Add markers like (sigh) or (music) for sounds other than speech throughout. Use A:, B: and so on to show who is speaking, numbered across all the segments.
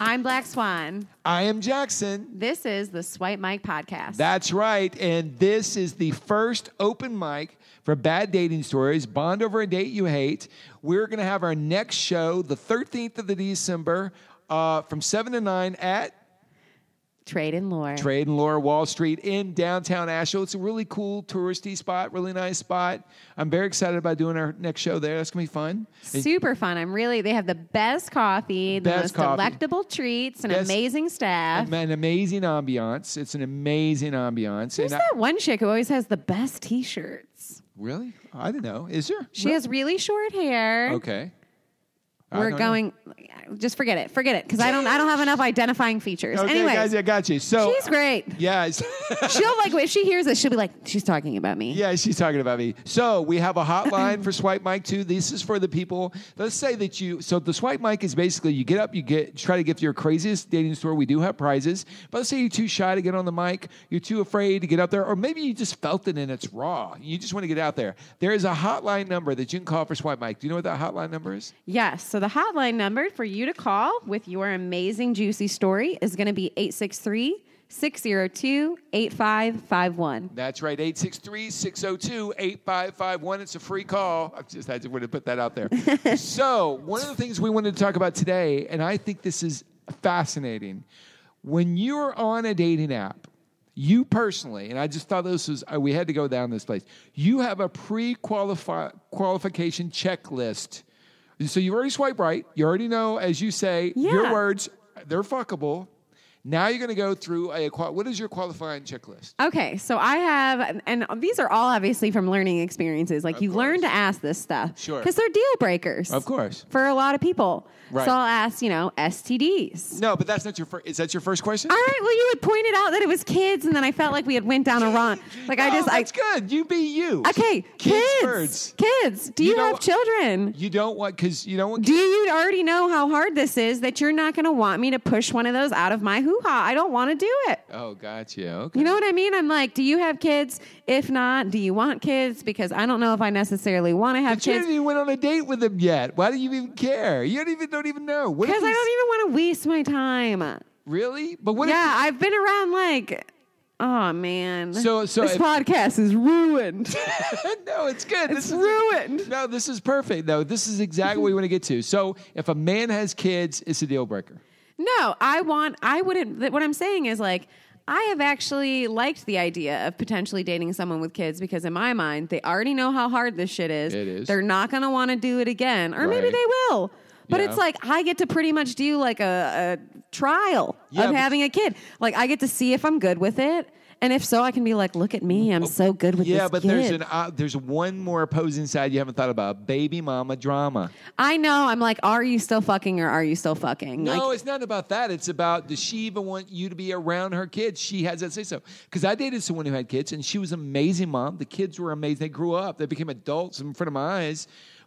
A: I'm Black Swan.
B: I am Jackson.
A: This is the Swipe Mike podcast.
B: That's right. And this is the first open mic for Bad Dating Stories Bond Over a Date You Hate. We're going to have our next show the 13th of the December uh, from 7 to 9 at
A: Trade and Lore.
B: Trade and Laura Wall Street in downtown Asheville. It's a really cool touristy spot, really nice spot. I'm very excited about doing our next show there. That's going to be fun.
A: Super fun. I'm really, they have the best coffee, the
B: Best
A: most
B: coffee.
A: delectable treats, an
B: Best-
A: amazing staff.
B: An amazing ambiance. It's an amazing ambiance.
A: Who's
B: And I-
A: that one chick who always has the best t shirts?
B: really? I don't know. Is there?
A: She has really short hair.
B: Okay. I
A: We're
B: don't know.
A: going. Just forget it. Forget it, because I don't. I don't have enough identifying features.
B: Okay,
A: anyway,
B: guys, I got you. So
A: she's great.
B: Yes.
A: She'll like if she hears this, she'll be like, she's talking about me.
B: (laughs) yeah, she's talking about me. So we have a hotline for Swipe Mic too. This is for the people. Let's say that you. So the Swipe Mic is basically you get up, you get try to get to your craziest dating story. We do have prizes, but let's say you're too shy to get on the mic, you're too afraid to get up there, or maybe you just felt it and it's raw. You just want to get out there. There is a hotline number that you can call for Swipe Mic. Do you know what that hotline number is?
A: Yes. So the hotline number for you to call with your amazing, juicy story is going to be 863 602 8551.
B: That's right, 863 602 8551. It's a free call. (laughs) I just had to want to put that out there. so, one of the things we wanted to talk about today, and I think this is fascinating. When you're on a dating app, you personally, and I just thought this was, uh, we had to go down this place, you have a pre qualification checklist. So, you already swipe right. You already know, as you say, your
A: Yeah.
B: words, they're fuckable. Now you're going to go through a, qual- what is your qualifying checklist?
A: Okay, so I have, and these are all obviously from learning experiences. Like you learn to ask this stuff,
B: Sure.
A: because they're deal breakers,
B: Of course.
A: for a lot of people.
B: Right.
A: So I'll ask, you know, STDs.
B: No, but that's not your first. Is that your first question?
A: All right, well, you had pointed out that it was kids, and then I felt like we had went down a wrong. Like I
B: No,
A: just, I
B: that's good. You be you.
A: okay, kids,
B: kids, birds.
A: kids. Do
B: You
A: you,
B: know-
A: have children?
B: You don't want because you don't want.
A: Do you already know how hard this is that you're not going to want me to push one of those out of my hoo ha? I don't want to do it.
B: oh, gotcha. Okay.
A: You know what I mean? I'm like, do you have kids? If not, do you want kids? Because I don't know if I necessarily want to have
B: But you
A: kids.
B: didn't even went on a date with them yet. Why do you even care? You don't even don't even know. What if
A: Because I
B: he's-
A: don't even want to waste my time.
B: really? But what?
A: Yeah, I've been around like, oh man.
B: So- so
A: this
B: if-
A: podcast is ruined. (laughs)
B: If, (laughs) no, it's good.
A: It's
B: this Is,
A: ruined.
B: no, this is perfect. No, this is exactly what we want to get to. So, if a man has kids, it's a deal breaker.
A: No, I want, I wouldn't, th- what I'm saying is like, I have actually liked the idea of potentially dating someone with kids because, in my mind, they already know how hard this shit is.
B: It is.
A: They're not going to want to do it again, or maybe
B: Right.
A: they will. But
B: Yeah.
A: it's like I get to pretty much do like a, a trial
B: Yeah,
A: of
B: but-
A: having a kid. Like I get to see if I'm good with it, and if so, I can be like, "Look at me, I'm so good with
B: Oh, Yeah,
A: this
B: but
A: kid."
B: there's an uh, there's one more opposing side you haven't thought about: baby mama drama.
A: I know. I'm like, "Are you still fucking, or are you still fucking?"
B: No,
A: like,
B: it's not about that. It's about does she even want you to be around her kids? She has that say so. Because I dated someone who had kids, and she was an amazing mom. The kids were amazing. They grew up. They became adults in front of my eyes.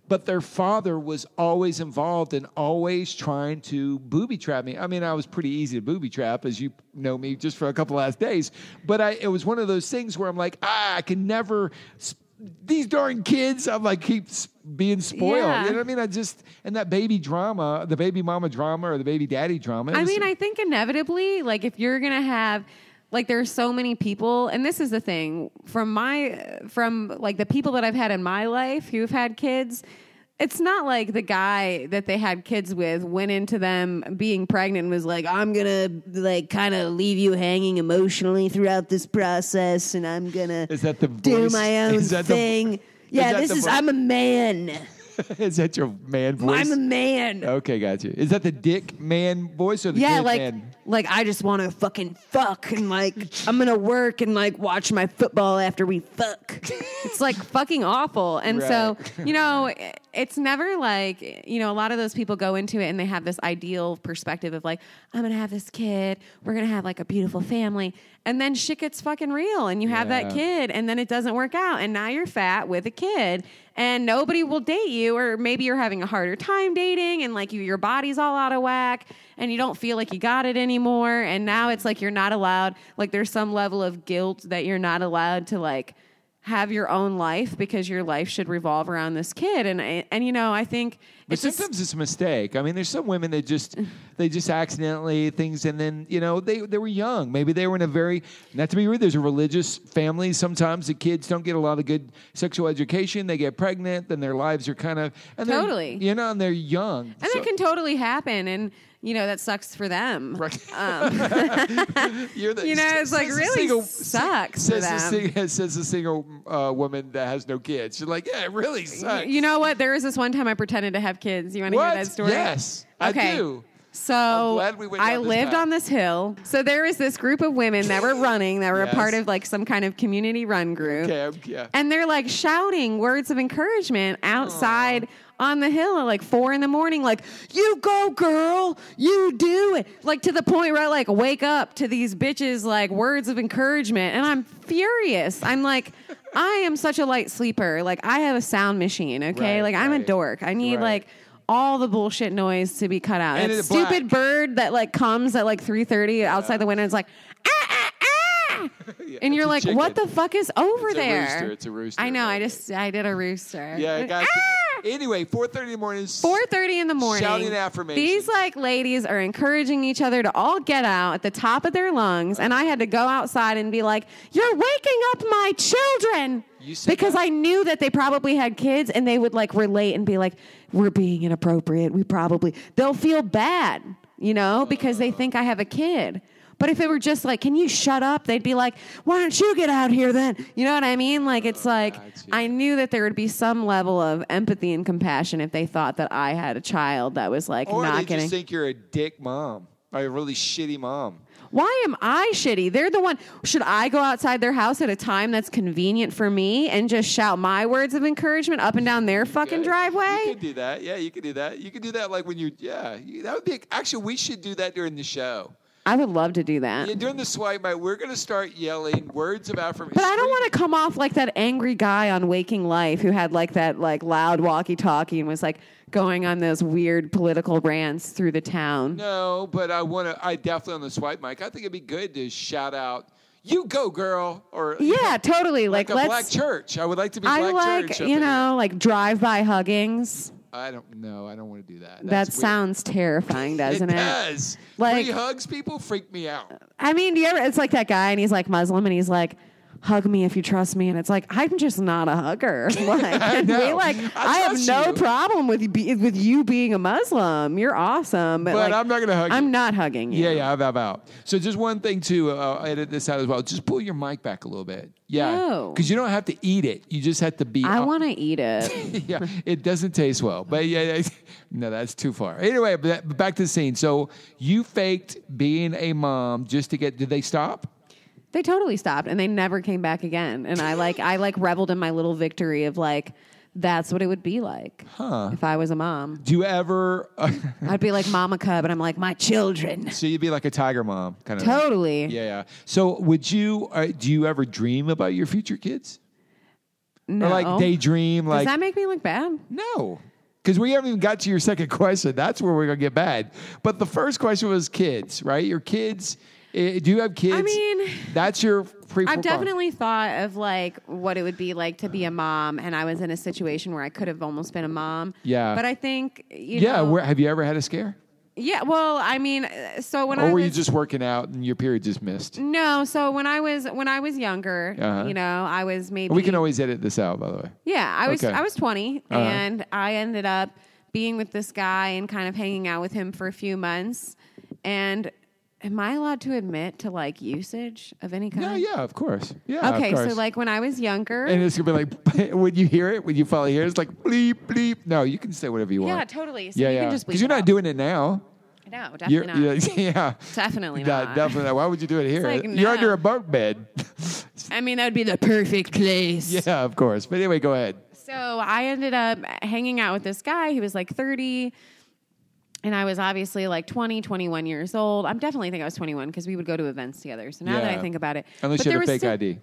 B: But their father was always involved and always trying to booby trap me. I mean, I was pretty easy to booby trap, as you know me, just for a couple last days. But I, it was one of those things where I'm like, ah, I can never. Sp- these darn kids, I'm like, keep s- being spoiled.
A: Yeah.
B: You know what I mean? I just and that baby drama, the baby mama drama or the baby daddy drama. it
A: I
B: was-
A: mean, I think inevitably, like if you're gonna have, like there are so many people, and this is the thing from my from like the people that I've had in my life who've had kids. It's not like the guy that they had kids with went into them being pregnant and was like, "I'm gonna like kind of leave you hanging emotionally throughout this process, and I'm gonna
B: Is that the
A: do
B: voice-
A: my own
B: (laughs) is that the-
A: thing."
B: is
A: yeah,
B: that
A: this
B: the
A: is.
B: vo-
A: I'm a man.
B: is that your man voice?
A: I'm a man.
B: okay, gotcha. Is that the dick man voice or the
A: Yeah,
B: kid
A: like
B: man?
A: like I just want to fucking fuck and like I'm gonna work and like watch my football after we fuck. it's like fucking awful, and so you know it's never like you know a lot of those people go into it and they have this ideal perspective of like I'm gonna have this kid, we're gonna have like a beautiful family, and then shit gets fucking real, and you have
B: Yeah.
A: that kid, and then it doesn't work out, and now you're fat with a kid. And nobody will date you, or maybe you're having a harder time dating, and like you, your body's all out of whack, and you don't feel like you got it anymore and now it's like you're not allowed like there's some level of guilt that you're not allowed to like have your own life because your life should revolve around this kid. And I- and you know, I think
B: But
A: it's just-
B: sometimes it's a mistake. I mean, there's some women
A: (laughs)
B: that just they just accidentally things, and then you know they they were young. Maybe they were in a very not to be rude. There's a religious family. Sometimes the kids don't get a lot of good sexual education. They get pregnant, then their lives are kind of and they're-
A: Totally.
B: you know, and they're young.
A: and
B: So-
A: it can totally happen. And you know, that sucks for them.
B: Right.
A: Um,
B: You're the,
A: you know, it's like,
B: says the
A: really
B: single-
A: sucks for
B: Says the,
A: them.
B: sing- (laughs) says the single uh, woman that has no kids. She's like, yeah, it really sucks.
A: you know what? There was this one time I pretended to have kids. You want to hear
B: what?
A: that story?
B: Yes, I
A: Okay.
B: do.
A: So
B: glad we went
A: I
B: down this
A: lived
B: path.
A: on this hill. So there was this group of women that were running, that were
B: (laughs) Yes.
A: a part of like some kind of community run group.
B: Okay, I'm- yeah.
A: And they're like shouting words of encouragement outside on the hill at like four in the morning, like, you go, girl, you do it. Like to the point where I like wake up to these bitches, like words of encouragement. And I'm furious. I'm like, I am such a light sleeper. Like I have a sound machine, okay?
B: Right,
A: like I'm a
B: right,
A: dork. I need
B: right.
A: like all the bullshit noise to be cut out.
B: And
A: that
B: it's
A: stupid
B: black.
A: bird that like comes at like 3.30 outside the window and it's like, ah, ah, ah.
B: (laughs) Yeah,
A: and
B: it's
A: you're
B: a
A: like, what
B: chicken.
A: the fuck is over
B: It's a
A: there?
B: rooster. It's a rooster.
A: I know. I just I did a rooster.
B: Yeah, gotcha.
A: Ah!
B: Anyway, four thirty in the morning. s-
A: 4:30 in the morning.
B: Shouting affirmation.
A: These like ladies are encouraging each other to all get out at the top of their lungs, and I had to go outside and be like, "You're waking up my children."
B: You said
A: because
B: that?
A: I knew that they probably had kids, and they would like relate and be like, "We're being inappropriate. We probably they'll feel bad, you know, because they think I have a kid." But if it were just like, "Can you shut up?" They'd be like, "Why don't you get out here then?" You know what I mean? Like it's
B: Oh,
A: like
B: gotcha.
A: I knew that there would be some level of empathy and compassion if they thought that I had a child that was like
B: Or
A: not
B: they
A: getting.
B: just think you're a dick mom, or a really shitty mom.
A: Why am I shitty? They're the one. Should I go outside their house at a time that's convenient for me and just shout my words of encouragement up and down their fucking
B: Okay? You
A: driveway?
B: could do that. Yeah, you could do that. You could do that like when you. Yeah, you, that would be. Actually, we should do that during the show.
A: I would love to do that.
B: Yeah, during the swipe night, we're gonna start yelling words of affirmation.
A: But I don't want to come off like that angry guy on Waking Life who had like that like loud walkie-talkie and was like going on those weird political rants through the town.
B: No, but I want to. I definitely on the swipe mic. I think it'd be good to shout out, "You go, girl!" Or
A: Yeah, totally. Like,
B: like, a
A: let's
B: black church. I would like to be
A: I
B: black
A: like,
B: church. up
A: you
B: in here.
A: know, like drive by huggings.
B: I don't know. I don't want to do that.
A: That
B: That's weird.
A: sounds terrifying, doesn't it?
B: (laughs) it does.
A: Like- Oh,
B: Free hugs, people freak me out.
A: I mean, do you ever, it's like that guy and he's like Muslim and he's like, hug me if you trust me. And it's like, I'm just not a
B: (laughs)
A: hugger. (laughs) Like, and
B: know.
A: we like,
B: I
A: I, have
B: trust
A: no
B: you.
A: problem with, you be, with you being a Muslim. You're awesome. But,
B: But
A: like,
B: I'm not gonna hug
A: I'm
B: you.
A: not hugging you.
B: Yeah, yeah, I've, I've out. So just one thing too. Uh, I'll edit this out as well. Just pull your mic back a little bit. Yeah,
A: No.
B: because you don't have to eat it. You just have to be.
A: I
B: uh,
A: want to eat it.
B: (laughs) yeah, it doesn't taste well. But yeah, (laughs) yeah, no, that's too far. Anyway, but but back to the scene. So you faked being a mom just to get. Did they stop?
A: they totally stopped and they never came back again. And I like, I like reveled in my little victory of like, that's what it would be like if I was a mom.
B: Do you ever? uh, (laughs)
A: I'd be like mama cub, and I'm like my children.
B: so you'd be like a tiger mom kind of. thing.
A: Totally.
B: Yeah, yeah. So would you? Uh, do you ever dream about your future kids?
A: No.
B: Or like daydream?
A: Does
B: Like
A: that make me look bad?
B: No. Because we haven't even got to your second (laughs) question. That's where we're going to get bad. But the first question was kids, right? Your kids. eh, do you have kids?
A: I mean,
B: that's your pre
A: I've definitely thought of like what it would be like to be a mom, and I was in a situation where I could have almost been a mom.
B: Yeah.
A: But I think you
B: Yeah.
A: know.
B: Where, have you ever had a scare?
A: yeah. Well, I mean, uh, so when I
B: Or were
A: was Mm-hmm.
B: you just working out and your period just missed?
A: no, so when I was when I was younger,
B: Uh-huh.
A: you know, I was maybe
B: We can always edit this out, by the way.
A: Yeah, I was
B: Okay. Uh-huh.
A: I was 20 and I ended up being with this guy and kind of hanging out with him for a few months. And am I allowed to admit to like usage of any kind?
B: Yeah, yeah, of course. Yeah. of
A: Okay, so
B: course.
A: like when I was younger,
B: And it's gonna be like (laughs) when you hear it, when you finally hear it, it's like bleep bleep. No, you can say whatever you
A: yeah,
B: want.
A: totally. So
B: Yeah,
A: you
B: yeah.
A: can just bleep
B: you're
A: it
B: not
A: out.
B: doing it now.
A: No, definitely
B: You're,
A: not.
B: (laughs) you're- yeah.
A: (laughs) Definitely
B: Yeah,
A: not.
B: definitely not. Why would you do it here?
A: like,
B: You're
A: no.
B: under a bunk bed. (laughs)
A: I mean, that would be the perfect place.
B: yeah, of course. But anyway, go ahead.
A: So I ended up hanging out with this guy. He was like 30. And I was obviously like 20, 21 years old. I'm definitely think I was 21 because we would go to events together. So now that
B: Yeah.
A: I think about it,
B: Unless
A: but
B: you
A: there
B: have a
A: was
B: fake
A: still-
B: ID.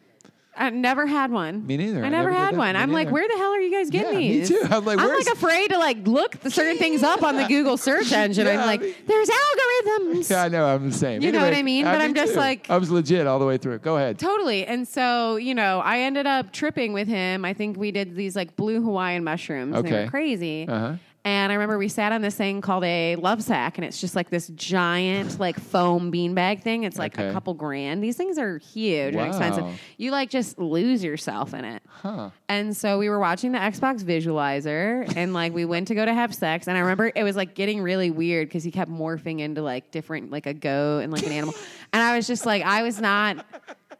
A: I never had one.
B: Me neither.
A: I
B: I
A: never
B: never did
A: had
B: that.
A: one.
B: Me
A: I'm like,
B: neither.
A: where the hell are you guys get
B: Yeah, me
A: these?
B: too. I'm like, where's-
A: afraid to like look the
B: (laughs)
A: certain things up on the Google search engine.
B: Yeah,
A: I'm
B: I
A: like,
B: mean-
A: there's algorithms.
B: Yeah, I know. I'm the same.
A: You know what I mean? But
B: me
A: I'm just
B: too.
A: like-
B: I was legit all the way through.
A: (laughs)
B: Go ahead.
A: Totally. And so, you know, I ended up tripping with him. I think we did these like blue Hawaiian mushrooms. They
B: Okay.
A: were crazy.
B: Uh-huh.
A: And I remember we sat on this thing called a love sack, and it's just like this giant like foam beanbag thing. It's like
B: Okay.
A: a couple grand. These things are huge and
B: Wow.
A: expensive. You like just lose yourself in it.
B: Huh.
A: And so we were watching the Xbox visualizer and like we went to go to have sex and I remember it was like getting really weird cuz he kept morphing into like different like a goat and like an animal. And I was just like I was not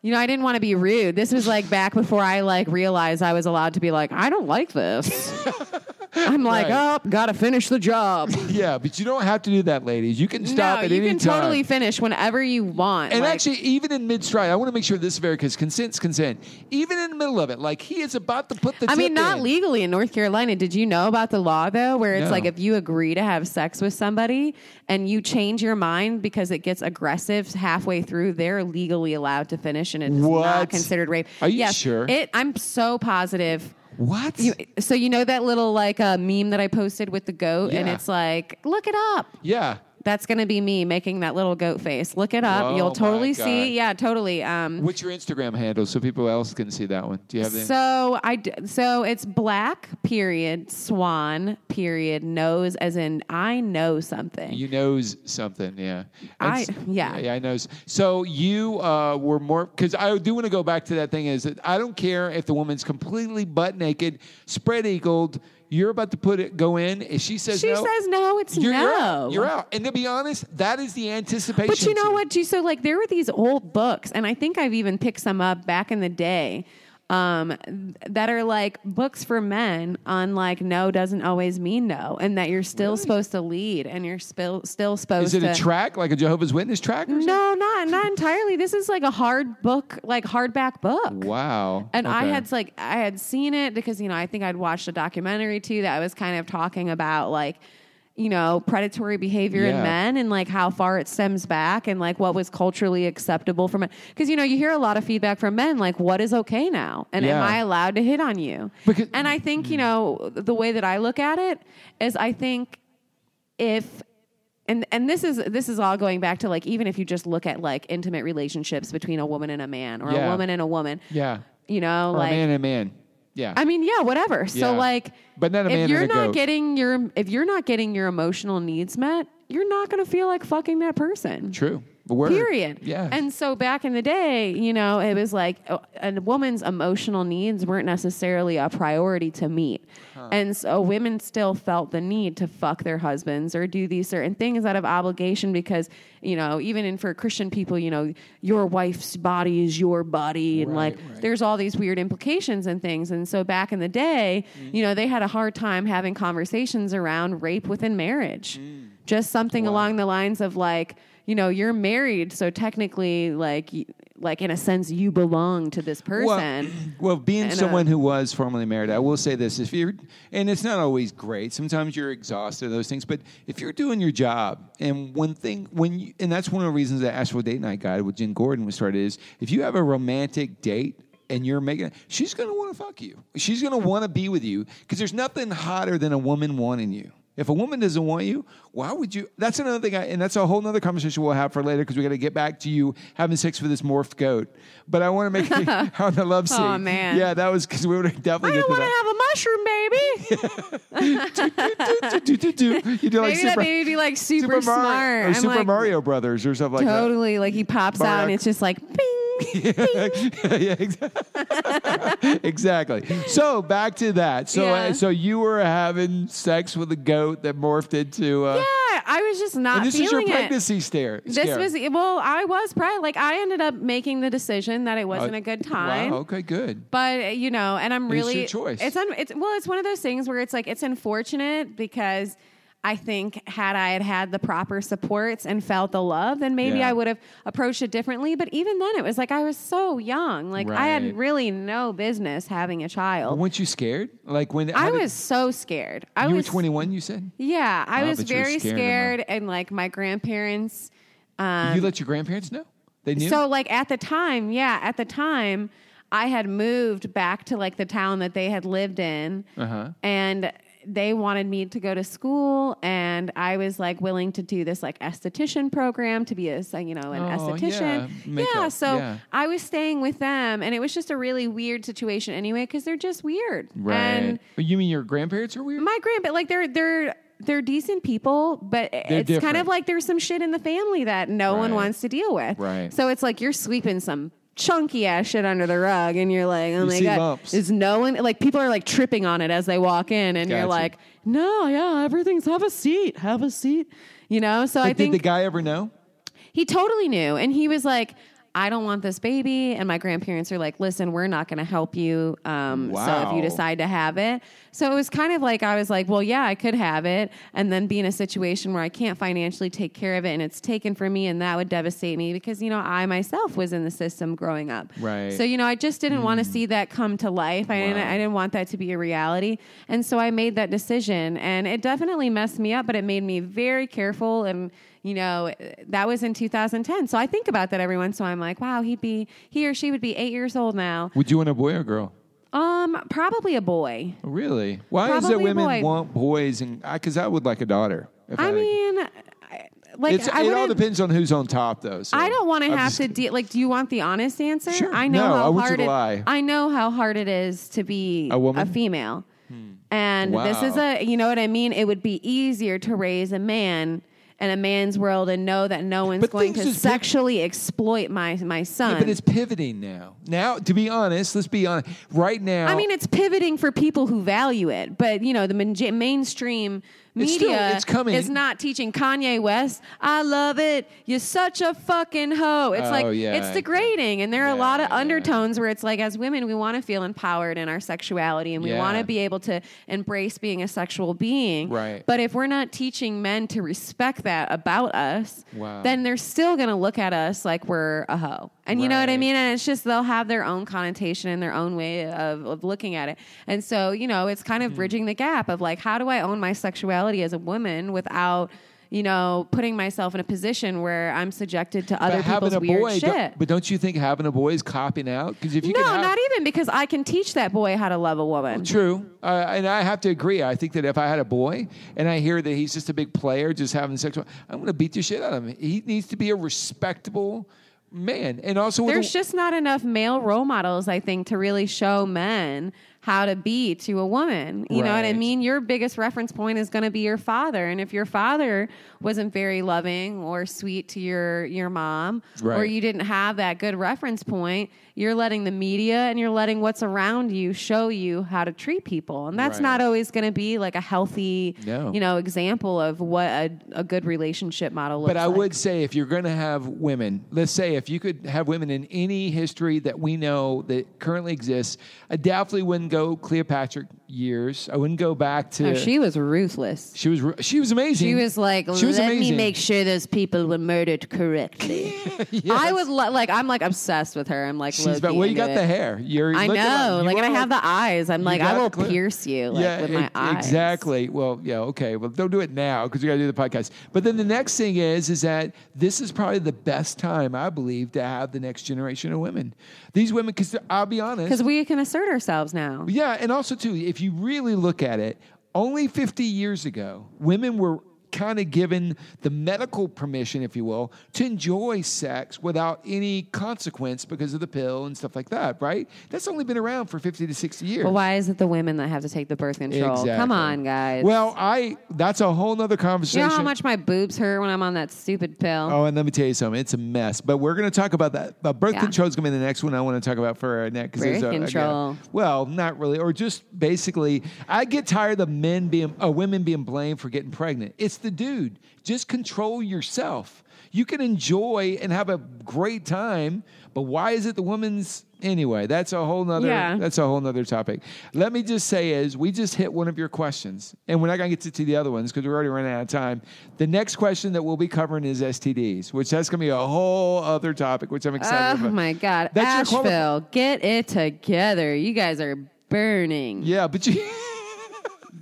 A: you know, I didn't want to be rude. This was like back before I like realized I was allowed to be like I don't like (laughs) this. I'm like,
B: Right.
A: "Up, oh, got to finish the (laughs) job."
B: Yeah, but you don't have to do that, ladies. You can stop
A: no,
B: at
A: you
B: any
A: can
B: time.
A: totally finish whenever you want.
B: And
A: Like,
B: actually, even in mid stride, I want to make sure this is fair because consent's consent. Even in the middle of it, like he is about to put the.
A: I mean,
B: tip
A: not
B: in.
A: legally in North Carolina. Did you know about the law though, where it's
B: No.
A: like if you agree to have sex with somebody and you change your mind because it gets aggressive halfway through, they're legally allowed to finish, and it's
B: What?
A: not considered rape.
B: Are you
A: Yes,
B: sure?
A: It. I'm so positive.
B: What?
A: You, so you know that little like uh, meme that I posted with the goat, and
B: Yeah.
A: it's like, look it up.
B: yeah.
A: That's gonna be me making that little goat face. Look it up.
B: Oh
A: You'll
B: my
A: totally
B: God.
A: see. Yeah, totally. Um,
B: What's your Instagram handle so people else can see that one? Do you have the?
A: So I d- so it's black period swan period knows as in I know something.
B: You knows something, yeah.
A: I-
B: s-
A: yeah.
B: yeah, I knows. So you uh, were more because I do want to go back to that thing. Is that I don't care if the woman's completely butt naked, spread eagled. You're about to put it go in. If she says
A: she
B: no,
A: says no, it's
B: you're,
A: no.
B: you're out. You're out. And to be honest, that is the anticipation.
A: But you
B: to
A: know
B: me.
A: what, too? So, like, there were these old books, and I think I've even picked some up back in the day um, th- that are like books for men on like no doesn't always mean no, and that you're still supposed to lead and you're still still supposed
B: Is it
A: to.
B: a track like a Jehovah's Witness track? Or something?
A: no, not not entirely. This is like a hard book, like hardback book.
B: Wow.
A: And I
B: Okay.
A: had like I had seen it because you know I think I'd watched a documentary too that was kind of talking about like you know predatory behavior
B: Yeah.
A: in men and like how far it stems back and like what was culturally acceptable from it because you know you hear a lot of feedback from men like what is okay now and
B: Yeah.
A: am I allowed to hit on you
B: Because-
A: and I think you know the way that I look at it is I think if and and this is this is all going back to like even if you just look at like intimate relationships between a woman and a man or
B: Yeah.
A: a woman and a woman
B: yeah,
A: you know
B: or
A: like
B: a man and a man. Yeah.
A: I mean, yeah, whatever.
B: Yeah.
A: So like,
B: But not a man
A: if you're
B: and a
A: not
B: goat.
A: getting your if you're not getting your emotional needs met, you're not going to feel like fucking that person.
B: True. A word.
A: Period.
B: Yeah.
A: And so back in the day, you know, it was like uh, a woman's emotional needs weren't necessarily a priority to meet.
B: Uh-huh.
A: And so women still felt the need to fuck their husbands or do these certain things out of obligation because, you know, even in for Christian people, you know, your wife's body is your body and
B: Right,
A: like
B: right.
A: there's all these weird implications and things. And so back in the day,
B: Mm.
A: you know, they had a hard time having conversations around rape within marriage.
B: Mm.
A: Just something along the lines of like, you know, you're married, so technically like y- like in a sense you belong to this person.
B: (clears throat) Well, well being
A: And, uh,
B: someone who was formerly married, I will say this: if you're, and it's not always great. Sometimes you're exhausted, those things. But if you're doing your job, and one thing, when you, and that's one of the reasons that Asheville Date Night Guide with Jen Gordon was started is if you have a romantic date. And you're making, she's gonna wanna fuck you. She's gonna wanna be with you because there's nothing hotter than a woman wanting you. If a woman doesn't want you, why would you? That's another thing, I, and that's a whole nother conversation we'll have for later because we got to get back to you having sex with this morph goat. But I want to make (laughs) on the love scene.
A: Oh, man.
B: yeah, that was because we would
A: I
B: definitely
A: don't want to
B: get
A: have a mushroom
B: (laughs)
A: baby.
B: to that. Do, do, do, do. You do like
A: Maybe that
B: super,
A: baby would be like super,
B: super Mario
A: smart.
B: or
A: I'm
B: Super
A: like,
B: Mario Brothers or something like that.
A: Totally. Like he pops
B: Mario-
A: out and it's just like bing.
B: (laughs) yeah, ex- (laughs) exactly. So back to that. So
A: Yeah.
B: uh, so you were having sex with a goat that morphed into. Uh,
A: Yeah, I was just not
B: And this is
A: feeling
B: your
A: it.
B: pregnancy stare.
A: This
B: scare. Uh,
A: was well, I was proud. Like I ended up making the decision that it wasn't
B: Uh,
A: a good time.
B: Wow. Okay. Good.
A: But uh, you know, and I'm
B: And it's
A: really
B: your choice.
A: It's un, it's well, it's one of those things where it's like it's unfortunate because I think had I had had the proper supports and felt the love, then maybe
B: Yeah.
A: I would have approached it differently. But even then, it was like I was so young. Like I
B: Right.
A: had really no business having a child.
B: Weren't you scared? Like when how
A: I
B: did-
A: was so scared. I
B: You
A: was
B: were 21. You said
A: Yeah, I
B: Wow,
A: was
B: but you were
A: very
B: scared
A: scared,
B: enough.
A: and like my grandparents. Um,
B: you let your grandparents know. They knew.
A: so like at the time, yeah, at the time, I had moved back to like the town that they had lived in,
B: Uh-huh.
A: and they wanted me to go to school, and I was like willing to do this like esthetician program to be a you know an
B: Oh,
A: esthetician.
B: yeah. Makeup,
A: yeah, so
B: yeah.
A: I was staying with them, and it was just a really weird situation anyway because they're just weird.
B: Right.
A: And
B: but you mean your grandparents are weird?
A: my grandpa like they're they're they're decent people but it's kind
B: different.
A: of like there's some shit in the family that no one
B: Right.
A: wants to deal with
B: Right.
A: so it's like you're sweeping some chunky ass shit under the rug and you're like oh my
B: see
A: god
B: lumps.
A: is no one like people are like tripping on it as they walk in and
B: Gotcha.
A: you're like no yeah everything's have a seat have a seat you know so i
B: But did
A: think
B: the guy ever know?
A: he totally knew. And he was like, I don't want this baby. And my grandparents are like, listen, we're not going to help you. Um, So if
B: Wow.
A: you decide to have it. So it was kind of like, I was like, well, yeah, I could have it. And then be in a situation where I can't financially take care of it and it's taken from me. And that would devastate me because, you know, I myself was in the system growing up.
B: Right. Mm.
A: So, you know, I just didn't want to see that come to life. I, didn't,
B: Wow.
A: I didn't want that to be a reality. And so I made that decision. And it definitely messed me up, but it made me very careful. And, you know, that was in 2010. So I think about that every once in a while. I'm like, wow, he'd be, he or she would be eight years old now.
B: Would you want a boy or girl?
A: Um, Probably a boy.
B: Really? Why is it
A: Probably
B: women
A: boy.
B: want boys and because I would like a daughter. if
A: I
B: had a-
A: mean, I- like,
B: it's,
A: I
B: it all
A: wouldn't-
B: depends on who's on top, though. so
A: I don't want to
B: I'm
A: have
B: just
A: to deal. Like, do you want the honest answer?
B: Sure.
A: I know
B: No,
A: how
B: I want you
A: hard
B: to
A: it-
B: lie.
A: I know how hard it is to be
B: A woman?
A: female, and this is
B: Wow.
A: a. You know what I mean? It would be easier to raise a man in a man's world and know that no one's
B: But
A: going
B: things
A: to
B: is big-
A: sexually exploit my my son.
B: Yeah, but it's pivoting now. Now, to be honest, let's be honest. Right now,
A: I mean, it's pivoting for people who value it, but you know, the man- mainstream
B: It's still-
A: media
B: it's coming.
A: is not teaching Kanye West, "I love it, you're such a fucking hoe." It's
B: Oh,
A: like
B: yeah.
A: it's degrading, and there are
B: Yeah,
A: a lot of
B: yeah.
A: undertones where it's like, as women, we want to feel empowered in our sexuality, and we
B: Yeah.
A: want to be able to embrace being a sexual being.
B: Right.
A: But if we're not teaching men to respect that about us,
B: Wow.
A: then they're still going to look at us like we're a hoe. And you know what I
B: Right.
A: mean? And it's just they'll have their own connotation and their own way of, of looking at it. And so, you know, it's kind
B: Hmm.
A: of bridging the gap of like, how do I own my sexuality as a woman without, you know, putting myself in a position where I'm subjected to other
B: but having
A: people's
B: a
A: weird
B: boy. don't-
A: shit?
B: but don't you think having a boy is copping out? Because if you
A: no,
B: could have,
A: not even because I can teach that boy how to love a woman.
B: True, uh, and I have to agree. I think that if I had a boy and I hear that he's just a big player, just having sex, with- I'm going to beat the shit out of him. He needs to be a respectable man, and also with a-
A: There's just not enough male role models, I think, to really show men how to be to a woman. You know what I
B: Right.
A: mean? Your biggest reference point is going to be your father, and if your father wasn't very loving or sweet to your your mom, or
B: Right.
A: you didn't have that good reference point, you're letting the media and you're letting what's around you show you how to treat people, and that's
B: Right.
A: not always going to be like a healthy,
B: No.
A: you know, example of what a, a good relationship model looks.
B: But I
A: like.
B: would say if you're going to have women, let's say if you could have women in any history that we know that currently exists, I definitely wouldn't go Cleopatra years. I wouldn't go back to
A: Oh, she was ruthless.
B: she was re- she was amazing.
A: She was like,
B: She was
A: let
B: amazing.
A: me make sure those people were murdered correctly. I would lo- like, I'm like obsessed with her. I'm like,
B: She's
A: low-key
B: about, well, you
A: into
B: got
A: it.
B: the hair. You're
A: I
B: look at
A: know,
B: you
A: like, and I
B: are
A: have the eyes. I'm like,
B: you
A: I
B: got
A: will
B: it, Claire.
A: pierce you, like, with my
B: e-
A: eyes.
B: Exactly. Well, yeah, okay. Well, don't do it now because we got to do the podcast. But then the next thing is, is that this is probably the best time, I believe, to have the next generation of women. These women, because I'll be honest,
A: Because we can assert ourselves now.
B: Yeah, and also too, if you really look at it, only 50 years ago, women were kind of given the medical permission, if you will, to enjoy sex without any consequence because of the pill and stuff like that, right? That's only been around for 50 to 60 years.
A: But why is it the women that have to take the birth control? Come
B: Exactly.
A: on, guys.
B: Well, I that's a whole nother
A: you
B: conversation.
A: know how much my boobs hurt when I'm on that stupid pill.
B: Oh, and let me tell you something. It's a mess, but we're going to talk about that. But birth
A: Yeah.
B: control is going to be the next one I want to talk about for our next. 'cause
A: Birth
B: there's a- again-
A: control.
B: well, not really, or just basically, I get tired of men being, uh, women being blamed for getting pregnant. It's the dude. Just control yourself. You can enjoy and have a great time, but why is it the woman's? Anyway, that's a whole nother.
A: Yeah.
B: That's a whole nother topic. Let me just say is we just hit one of your questions, and we're not going to get to, to the other ones because we're already running out of time. The next question that we'll be covering is STDs, which that's going to be a whole other topic, which I'm excited
A: Oh
B: about.
A: my God.
B: That's your
A: Asheville,
B: quali-
A: get it together. You guys are burning.
B: Yeah, but you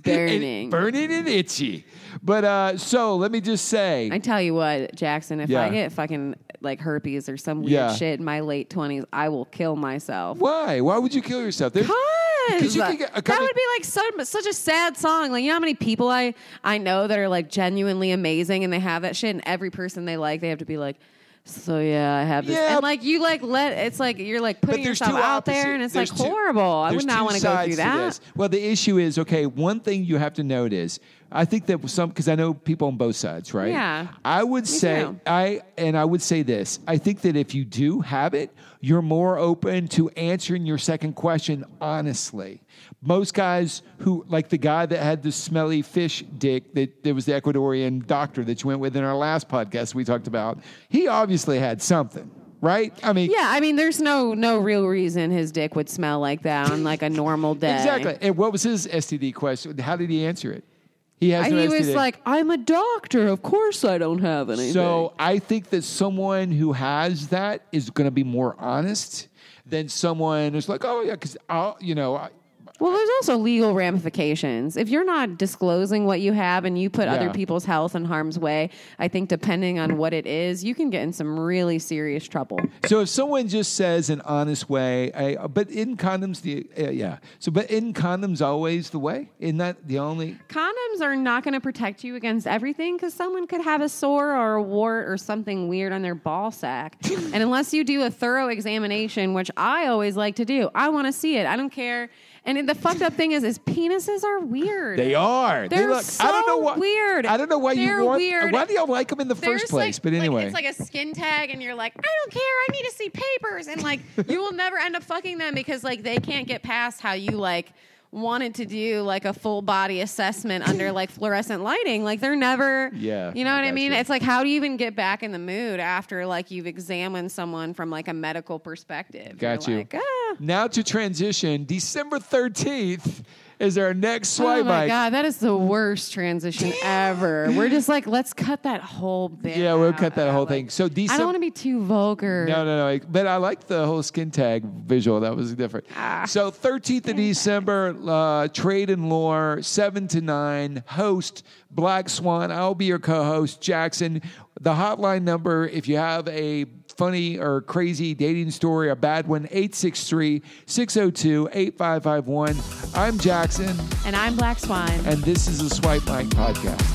A: Burning.
B: (laughs) burning and itchy. But uh, so let me just say,
A: I tell you what, Jackson, if
B: Yeah.
A: I get fucking like herpes or some weird
B: Yeah.
A: shit in my late twenties, I will kill myself.
B: why? Why would you kill yourself? There's,
A: Because
B: you can get-
A: that would be like so, such a sad song. Like you know how many people I I know that are like genuinely amazing and they have that shit, and every person they like, they have to be like. So yeah, I have this,
B: Yeah.
A: and like you like let it's like you're like putting
B: there's
A: yourself
B: two
A: out
B: opposite-
A: there, and it's
B: there's
A: like
B: two-
A: horrible. I
B: there's
A: would not
B: two
A: want to go
B: sides
A: through
B: to
A: that.
B: this. Well, the issue is okay. One thing you have to note is I think that some because I know people on both sides, right?
A: Yeah.
B: I would say
A: too.
B: I and I would say this. I think that if you do have it, you're more open to answering your second question honestly. Most guys who like the guy that had the smelly fish dick that there was the Ecuadorian doctor that you went with in our last podcast we talked about. He obviously had something, right? I mean,
A: Yeah, I mean, there's no no real reason his dick would smell like that on like a
B: (laughs)
A: normal day.
B: Exactly. And what was his STD question? How did he answer it? He has
A: And
B: no
A: he
B: STD.
A: was like, "I'm a doctor. Of course, I don't have anything."
B: so I think that someone who has that is going to be more honest than someone who's like, oh yeah, because I'll, you know, I,
A: Well, there's also legal ramifications. If you're not disclosing what you have and you put
B: Yeah.
A: other people's health in harm's way, I think depending on what it is, you can get in some really serious trouble.
B: So if someone just says an honest way, I, but in condoms, the uh, yeah. So but in condoms, always the way. Isn't that the only?
A: Condoms are not going to protect you against everything because someone could have a sore or a wart or something weird on their ball
B: (laughs)
A: sack. and unless you do a thorough examination, which I always like to do, I want to see it. I don't care. And the fucked up thing is, is penises are weird.
B: They are. They
A: They're
B: look. I don't know
A: so
B: why.
A: weird.
B: I don't know why
A: They're
B: you want.
A: weird.
B: Why do y'all like them in the first
A: There's,
B: place?
A: like-
B: but
A: like,
B: anyway,
A: it's like a skin tag, and you're like, I don't care. I need to see papers, and
B: (laughs)
A: like, you will never end up fucking them because like they can't get past how you like wanted to do like a full body assessment
B: (laughs)
A: under like fluorescent lighting. Like they're never,
B: Yeah,
A: you know
B: I
A: what I
B: got
A: mean?
B: you.
A: It's like how do you even get back in the mood after like you've examined someone from like a medical perspective?
B: Got
A: You're
B: you.
A: like, ah.
B: Now to transition, December 13th is our next swipe
A: Oh my
B: bike.
A: god, that is the worst transition
B: (laughs)
A: ever. We're just like, let's cut that whole bit.
B: Yeah, we'll
A: out
B: cut that
A: about,
B: whole thing.
A: like-
B: So
A: I don't
B: December
A: want to be too vulgar.
B: No, no, no. I- But I like the whole skin tag visual. That was different.
A: Ah.
B: So 13th of December, uh, Trade and Lore, 7 to 9, host Black Swan. I'll be your co-host, Jackson. The hotline number, if you have a funny or crazy dating story, a bad one, 863-602-8551. I'm Jackson,
A: And I'm Black Swine.
B: and this is the Swipe Mic Podcast.